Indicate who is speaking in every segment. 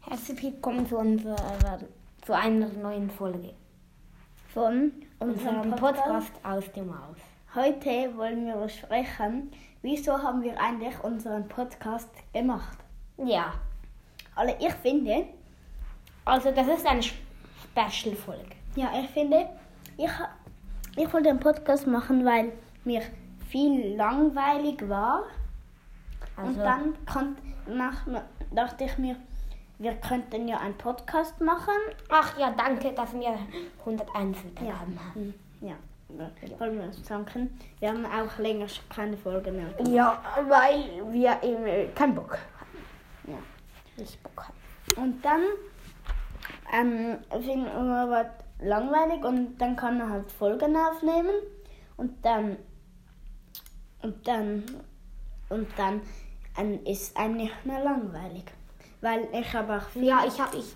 Speaker 1: herzlich willkommen zu unserer zu einer neuen Folge
Speaker 2: von
Speaker 1: unserem
Speaker 2: unserem
Speaker 1: Podcast
Speaker 2: Podcast.
Speaker 1: aus dem Haus.
Speaker 2: Heute wollen wir besprechen, wieso haben wir eigentlich unseren Podcast gemacht.
Speaker 1: Ja,
Speaker 2: Also ich finde,
Speaker 1: also das ist eine Special Folge.
Speaker 2: ja, ich finde, ich, ha- ich wollte den Podcast machen, weil mir viel langweilig war.
Speaker 1: Also,
Speaker 2: Und dann konnt, nach, dachte ich mir, wir könnten ja einen Podcast machen.
Speaker 1: ach ja, danke, dass wir 101 Wiedergaben haben.
Speaker 2: Hm, Ja, wollen wir uns danken. Wir haben auch länger keine Folge mehr.
Speaker 1: Ja, weil wir eben äh, keinen Bock haben.
Speaker 2: Ja.
Speaker 1: Nicht Bock haben.
Speaker 2: Und dann ähm, fing immer was langweilig und dann kann man halt Folgen aufnehmen und dann und dann und dann ähm, ist einem nicht mehr langweilig. Weil ich habe auch viel
Speaker 1: Ja, ich, hab, ich,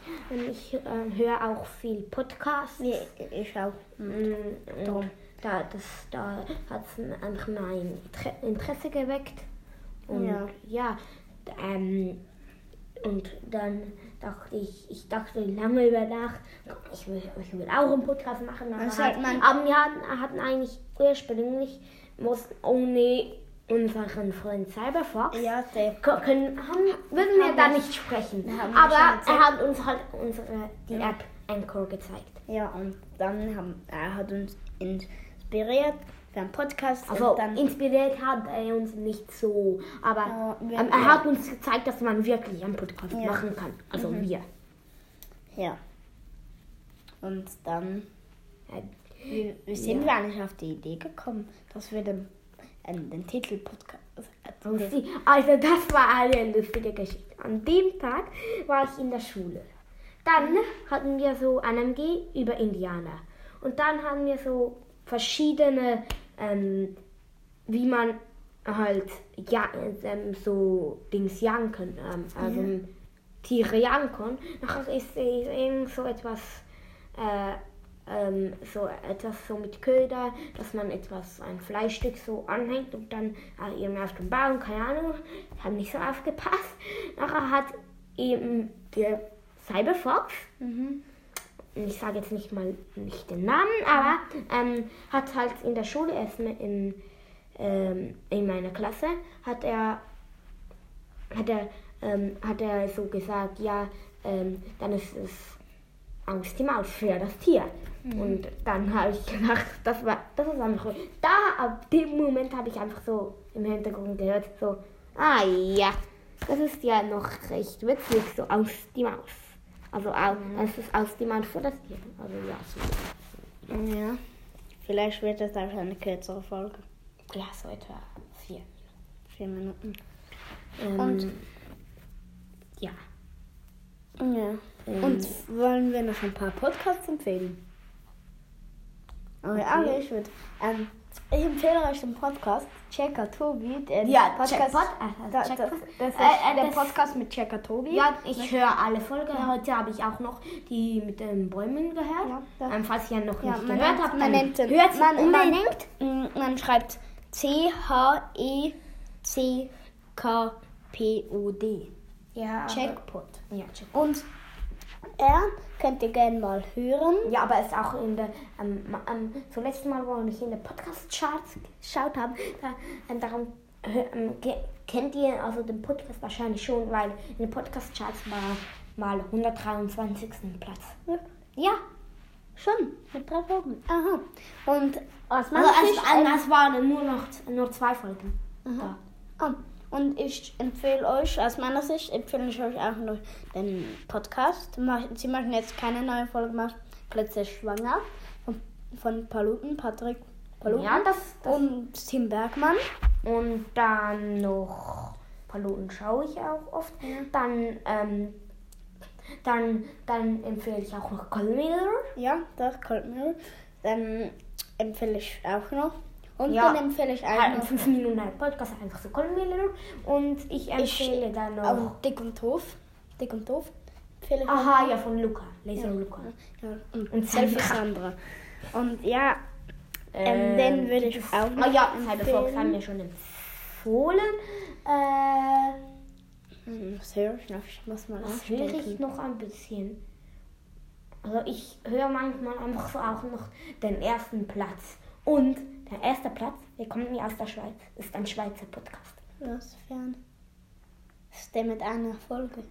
Speaker 1: ich äh, höre auch viel Podcasts.
Speaker 2: ich, ich auch Mhm.
Speaker 1: Mm,
Speaker 2: Darum.
Speaker 1: Da, das, da hat es einfach mein Tre- Interesse geweckt. Und ja,
Speaker 2: Ja.
Speaker 1: d- ähm, und dann dachte ich, ich dachte lange über nach, ich will, ich will auch einen Podcast machen. Aber,
Speaker 2: Was
Speaker 1: halt,
Speaker 2: sagt man?
Speaker 1: aber wir hatten, hatten eigentlich ursprünglich, mussten ohne unseren Freund Cyberfox,
Speaker 2: ja, der
Speaker 1: ko- können, haben, würden wir
Speaker 2: Haben
Speaker 1: da
Speaker 2: wir-
Speaker 1: nicht sprechen.
Speaker 2: haben wir
Speaker 1: Aber
Speaker 2: schon erzählt.
Speaker 1: er hat uns halt unsere, die App Anchor gezeigt.
Speaker 2: ja und dann haben, er hat uns inspiriert für einen Podcast
Speaker 1: Also
Speaker 2: und dann
Speaker 1: inspiriert hat er uns nicht so, aber
Speaker 2: Ja, wir-
Speaker 1: ähm, er hat uns gezeigt, dass man wirklich einen Podcast
Speaker 2: Ja. Mhm.
Speaker 1: machen kann. Also wir.
Speaker 2: ja und dann
Speaker 1: Äh,
Speaker 2: Wie, wie sind wir eigentlich auf die Idee gekommen, dass wir den, äh, den Titel Podcast. Äh,
Speaker 1: Lucy- Also das war eine lustige Geschichte. An dem Tag war ich in der Schule. Dann hatten wir so einen G über Indianer. Und dann haben wir so verschiedene, ähm, wie man halt ja, ähm, so Dings jagen kann, ähm, also Tiere jagen kann. Nachher ist es eben so etwas, äh, ähm, so etwas so mit Köder, dass man etwas, ein Fleischstück so anhängt und dann äh, eben auf dem Baum, keine Ahnung, ich habe nicht so aufgepasst. Nachher hat eben der Cyberfox,
Speaker 2: Mhm.
Speaker 1: und ich sage jetzt nicht mal nicht den Namen, aber ähm, hat halt in der Schule, er ist mi- in, ähm, in meiner Klasse, hat er hat er, ähm, hat er so gesagt, ja, ähm, dann ist es Angst die Maus für das Tier.
Speaker 2: Mhm.
Speaker 1: Und dann habe ich gedacht, das war, das ist einfach, da, ab dem Moment habe ich einfach so im Hintergrund gehört, so, ah ja, das ist ja noch recht witzig, so aus die Maus. Also, au-
Speaker 2: Mhm.
Speaker 1: es ist aus die Maus für das Tier. Also, ja, so,
Speaker 2: Mhm. ja. Vielleicht wird das auch eine kürzere Folge.
Speaker 1: ja, so etwa vier.
Speaker 2: Vier Minuten.
Speaker 1: Ähm,
Speaker 2: Und?
Speaker 1: Ja.
Speaker 2: Ja. Und wollen wir noch ein paar Podcasts empfehlen? Okay. Also ich würde. Ähm, ich empfehle euch den Podcast Checker Tobi. Den
Speaker 1: Ja,
Speaker 2: Podcast.
Speaker 1: Checkpot, also
Speaker 2: da, da, das
Speaker 1: Checkpot.
Speaker 2: ist
Speaker 1: Äh, äh,
Speaker 2: der
Speaker 1: das-
Speaker 2: Podcast mit Checker Tobi.
Speaker 1: Ja, ich höre alle Folgen. Heute habe ich auch noch die mit den Bäumen gehört.
Speaker 2: Ja, das-
Speaker 1: ähm, falls ihr noch
Speaker 2: Ja,
Speaker 1: nicht
Speaker 2: man
Speaker 1: gehört
Speaker 2: nennt-
Speaker 1: habt,
Speaker 2: man
Speaker 1: dann
Speaker 2: nennt den-
Speaker 1: hört sie
Speaker 2: man- man-
Speaker 1: unbedingt.
Speaker 2: Mm, Man schreibt E C-H-E-C-K-P-O-D.
Speaker 1: ja,
Speaker 2: Checkpot.
Speaker 1: Ja, check.
Speaker 2: Und er könnt ihr gerne mal hören.
Speaker 1: ja, aber es ist auch in der, ähm, ma- ähm, zum letzten Mal, wo ich in der Podcast-Charts geschaut habe, da, ähm, darum hö- ähm, ke- kennt ihr also den Podcast wahrscheinlich schon, weil in den Podcast-Charts war mal 123. Platz.
Speaker 2: Ja, schon. Mit drei Folgen. Aha. Und was
Speaker 1: Also es,
Speaker 2: ich
Speaker 1: ähm, es waren nur noch nur zwei Folgen. Da.
Speaker 2: Ah, Und ich empfehle euch, aus meiner Sicht, empfehle ich euch auch noch den Podcast. Mach- Sie machen jetzt keine neue Folge mehr. Plötzlich schwanger. Von, von Paluten, Patrick Paluten.
Speaker 1: Ja, das, das
Speaker 2: Und Tim Bergmann.
Speaker 1: Und dann noch Paluten schaue ich auch oft. Dann, ähm, dann, dann empfehle ich auch noch Colmiller.
Speaker 2: Ja, das kommt mir. Dann empfehle ich auch noch. Und
Speaker 1: Ja.
Speaker 2: dann empfehle ich auch
Speaker 1: Halt in
Speaker 2: noch.
Speaker 1: fünf Minuten ein Podcast, einfach so Colmiller. Und ich empfehle dann noch.
Speaker 2: Und Dick und Doof. Dick und Doof. Empfehle ich
Speaker 1: aha, ja, von Luca. Laser Luca.
Speaker 2: Ja, und,
Speaker 1: Und
Speaker 2: und
Speaker 1: Sandra.
Speaker 2: Selfie Sandra. Und ja, ähm, den würde ich auch
Speaker 1: Ah
Speaker 2: noch
Speaker 1: ja,
Speaker 2: empfehlen.
Speaker 1: Cyberfox haben wir schon empfohlen. Äh,
Speaker 2: Hm, Was höre ich noch? Ich muss mal
Speaker 1: Was höre ich
Speaker 2: nachdenken.
Speaker 1: noch ein bisschen? Also ich höre manchmal einfach so auch noch den ersten Platz. Und der erste Platz, wir kommen ja aus der Schweiz, ist ein Schweizer Podcast.
Speaker 2: Was fern? Ist der mit einer Folge?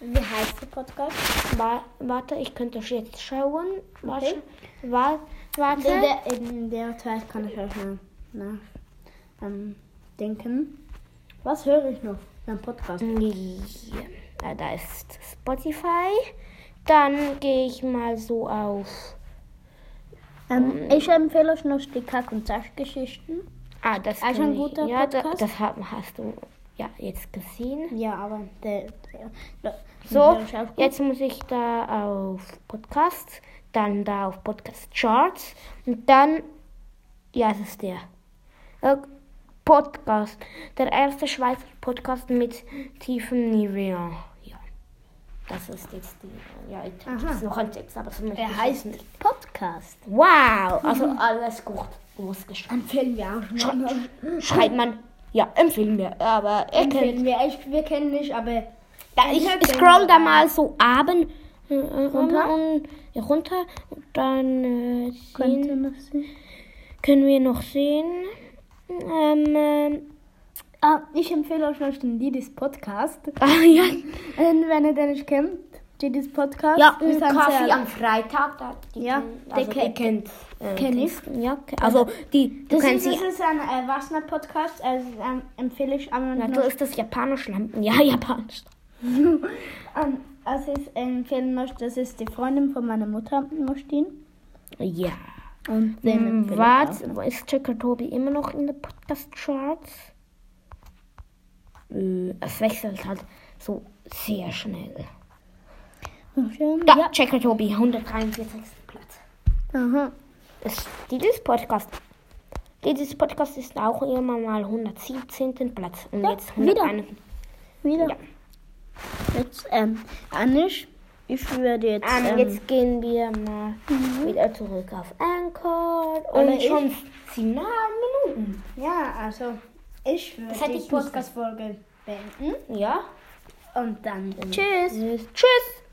Speaker 2: Wie heißt der Podcast?
Speaker 1: Wa- Warte, ich könnte jetzt schauen. Warte.
Speaker 2: Okay.
Speaker 1: Wa- Warte.
Speaker 2: Der, der, in der Zeit kann ich euch mal nach, ähm, denken. Was höre ich noch? Ein Podcast.
Speaker 1: Ja, ah, da ist Spotify. Dann gehe ich mal so auf.
Speaker 2: Ähm, ich empfehle euch noch die Kack- und Sachgeschichten.
Speaker 1: Ah, das
Speaker 2: Also
Speaker 1: kann
Speaker 2: ein guter
Speaker 1: ich, ja, da-
Speaker 2: Podcast? Hm,
Speaker 1: das haben- hast du ja jetzt gesehen.
Speaker 2: Ja, aber der. der, der
Speaker 1: So,
Speaker 2: der ist auch gut.
Speaker 1: jetzt muss ich da auf Podcast, dann da auf Podcast Charts und dann, ja, es ist der Äh, Podcast, der erste Schweizer Podcast mit tiefem Niveau. Ja, das ist jetzt die, ja, ich habe
Speaker 2: Aha.
Speaker 1: jetzt noch einen Text, aber zum
Speaker 2: Der heißt Podcast.
Speaker 1: Wow, also
Speaker 2: Mhm.
Speaker 1: alles gut ausgeschrieben.
Speaker 2: Empfehlen wir auch
Speaker 1: Sch- Schreibt man, ja, empfehlen wir, aber ihr könnt
Speaker 2: Mhm. Empfehlen wir. Ich, wir kennen nicht, aber.
Speaker 1: Da, ich, ich scroll da mal so abend äh, runter und ja, runter. Und dann äh,
Speaker 2: Könnte
Speaker 1: sehen,
Speaker 2: noch sehen.
Speaker 1: können wir noch sehen. Ähm, ähm,
Speaker 2: Ah, ich empfehle euch noch den Didis Podcast.
Speaker 1: ah, ja,
Speaker 2: Und Äh, wenn ihr den nicht kennt, Didis Podcast.
Speaker 1: ja
Speaker 2: ist
Speaker 1: und
Speaker 2: ein
Speaker 1: Kaffee
Speaker 2: sehr-
Speaker 1: am Freitag. Da, die
Speaker 2: Ja,
Speaker 1: kenn-
Speaker 2: der
Speaker 1: also,
Speaker 2: kenn-
Speaker 1: die kennt, äh,
Speaker 2: kenn ich.
Speaker 1: kennst- Ja, ke- also die, du
Speaker 2: Das
Speaker 1: kennst
Speaker 2: ist, halt
Speaker 1: sie.
Speaker 2: das ist ein erwachsener Podcast, also ähm, empfehle ich aber
Speaker 1: Ja,
Speaker 2: noch.
Speaker 1: du ist das japanisch Lampen. Ja, japanisch.
Speaker 2: Ähm, also ich empfehle euch, das ist die Freundin von meiner Mutter, Mostin.
Speaker 1: Ja.
Speaker 2: Und
Speaker 1: Ähm,
Speaker 2: empfehle ich auch.
Speaker 1: was? Ist Checker Tobi immer noch in den Podcast-Charts? Äh, es wechselt halt so sehr schnell.
Speaker 2: Schön.
Speaker 1: Da, Checker Tobi, 143. Platz.
Speaker 2: Aha.
Speaker 1: Das ist dieses Podcast. Dieses Podcast ist auch immer mal 117. Platz. Und
Speaker 2: Ja,
Speaker 1: jetzt
Speaker 2: wieder.
Speaker 1: 101.
Speaker 2: Wieder.
Speaker 1: Ja.
Speaker 2: Jetzt, ähm, Anisch, ich würde jetzt.
Speaker 1: Ähm,
Speaker 2: ähm,
Speaker 1: jetzt gehen wir mal wieder zurück auf Anchor.
Speaker 2: Aber
Speaker 1: Mhm. Und
Speaker 2: ich-
Speaker 1: schon 7 Minuten.
Speaker 2: Ja, also, ich
Speaker 1: Das hätte ich
Speaker 2: würde die
Speaker 1: nicht
Speaker 2: Podcast-Folge beenden
Speaker 1: Ja.
Speaker 2: und dann.
Speaker 1: Hm? Tschüss. Tschüss.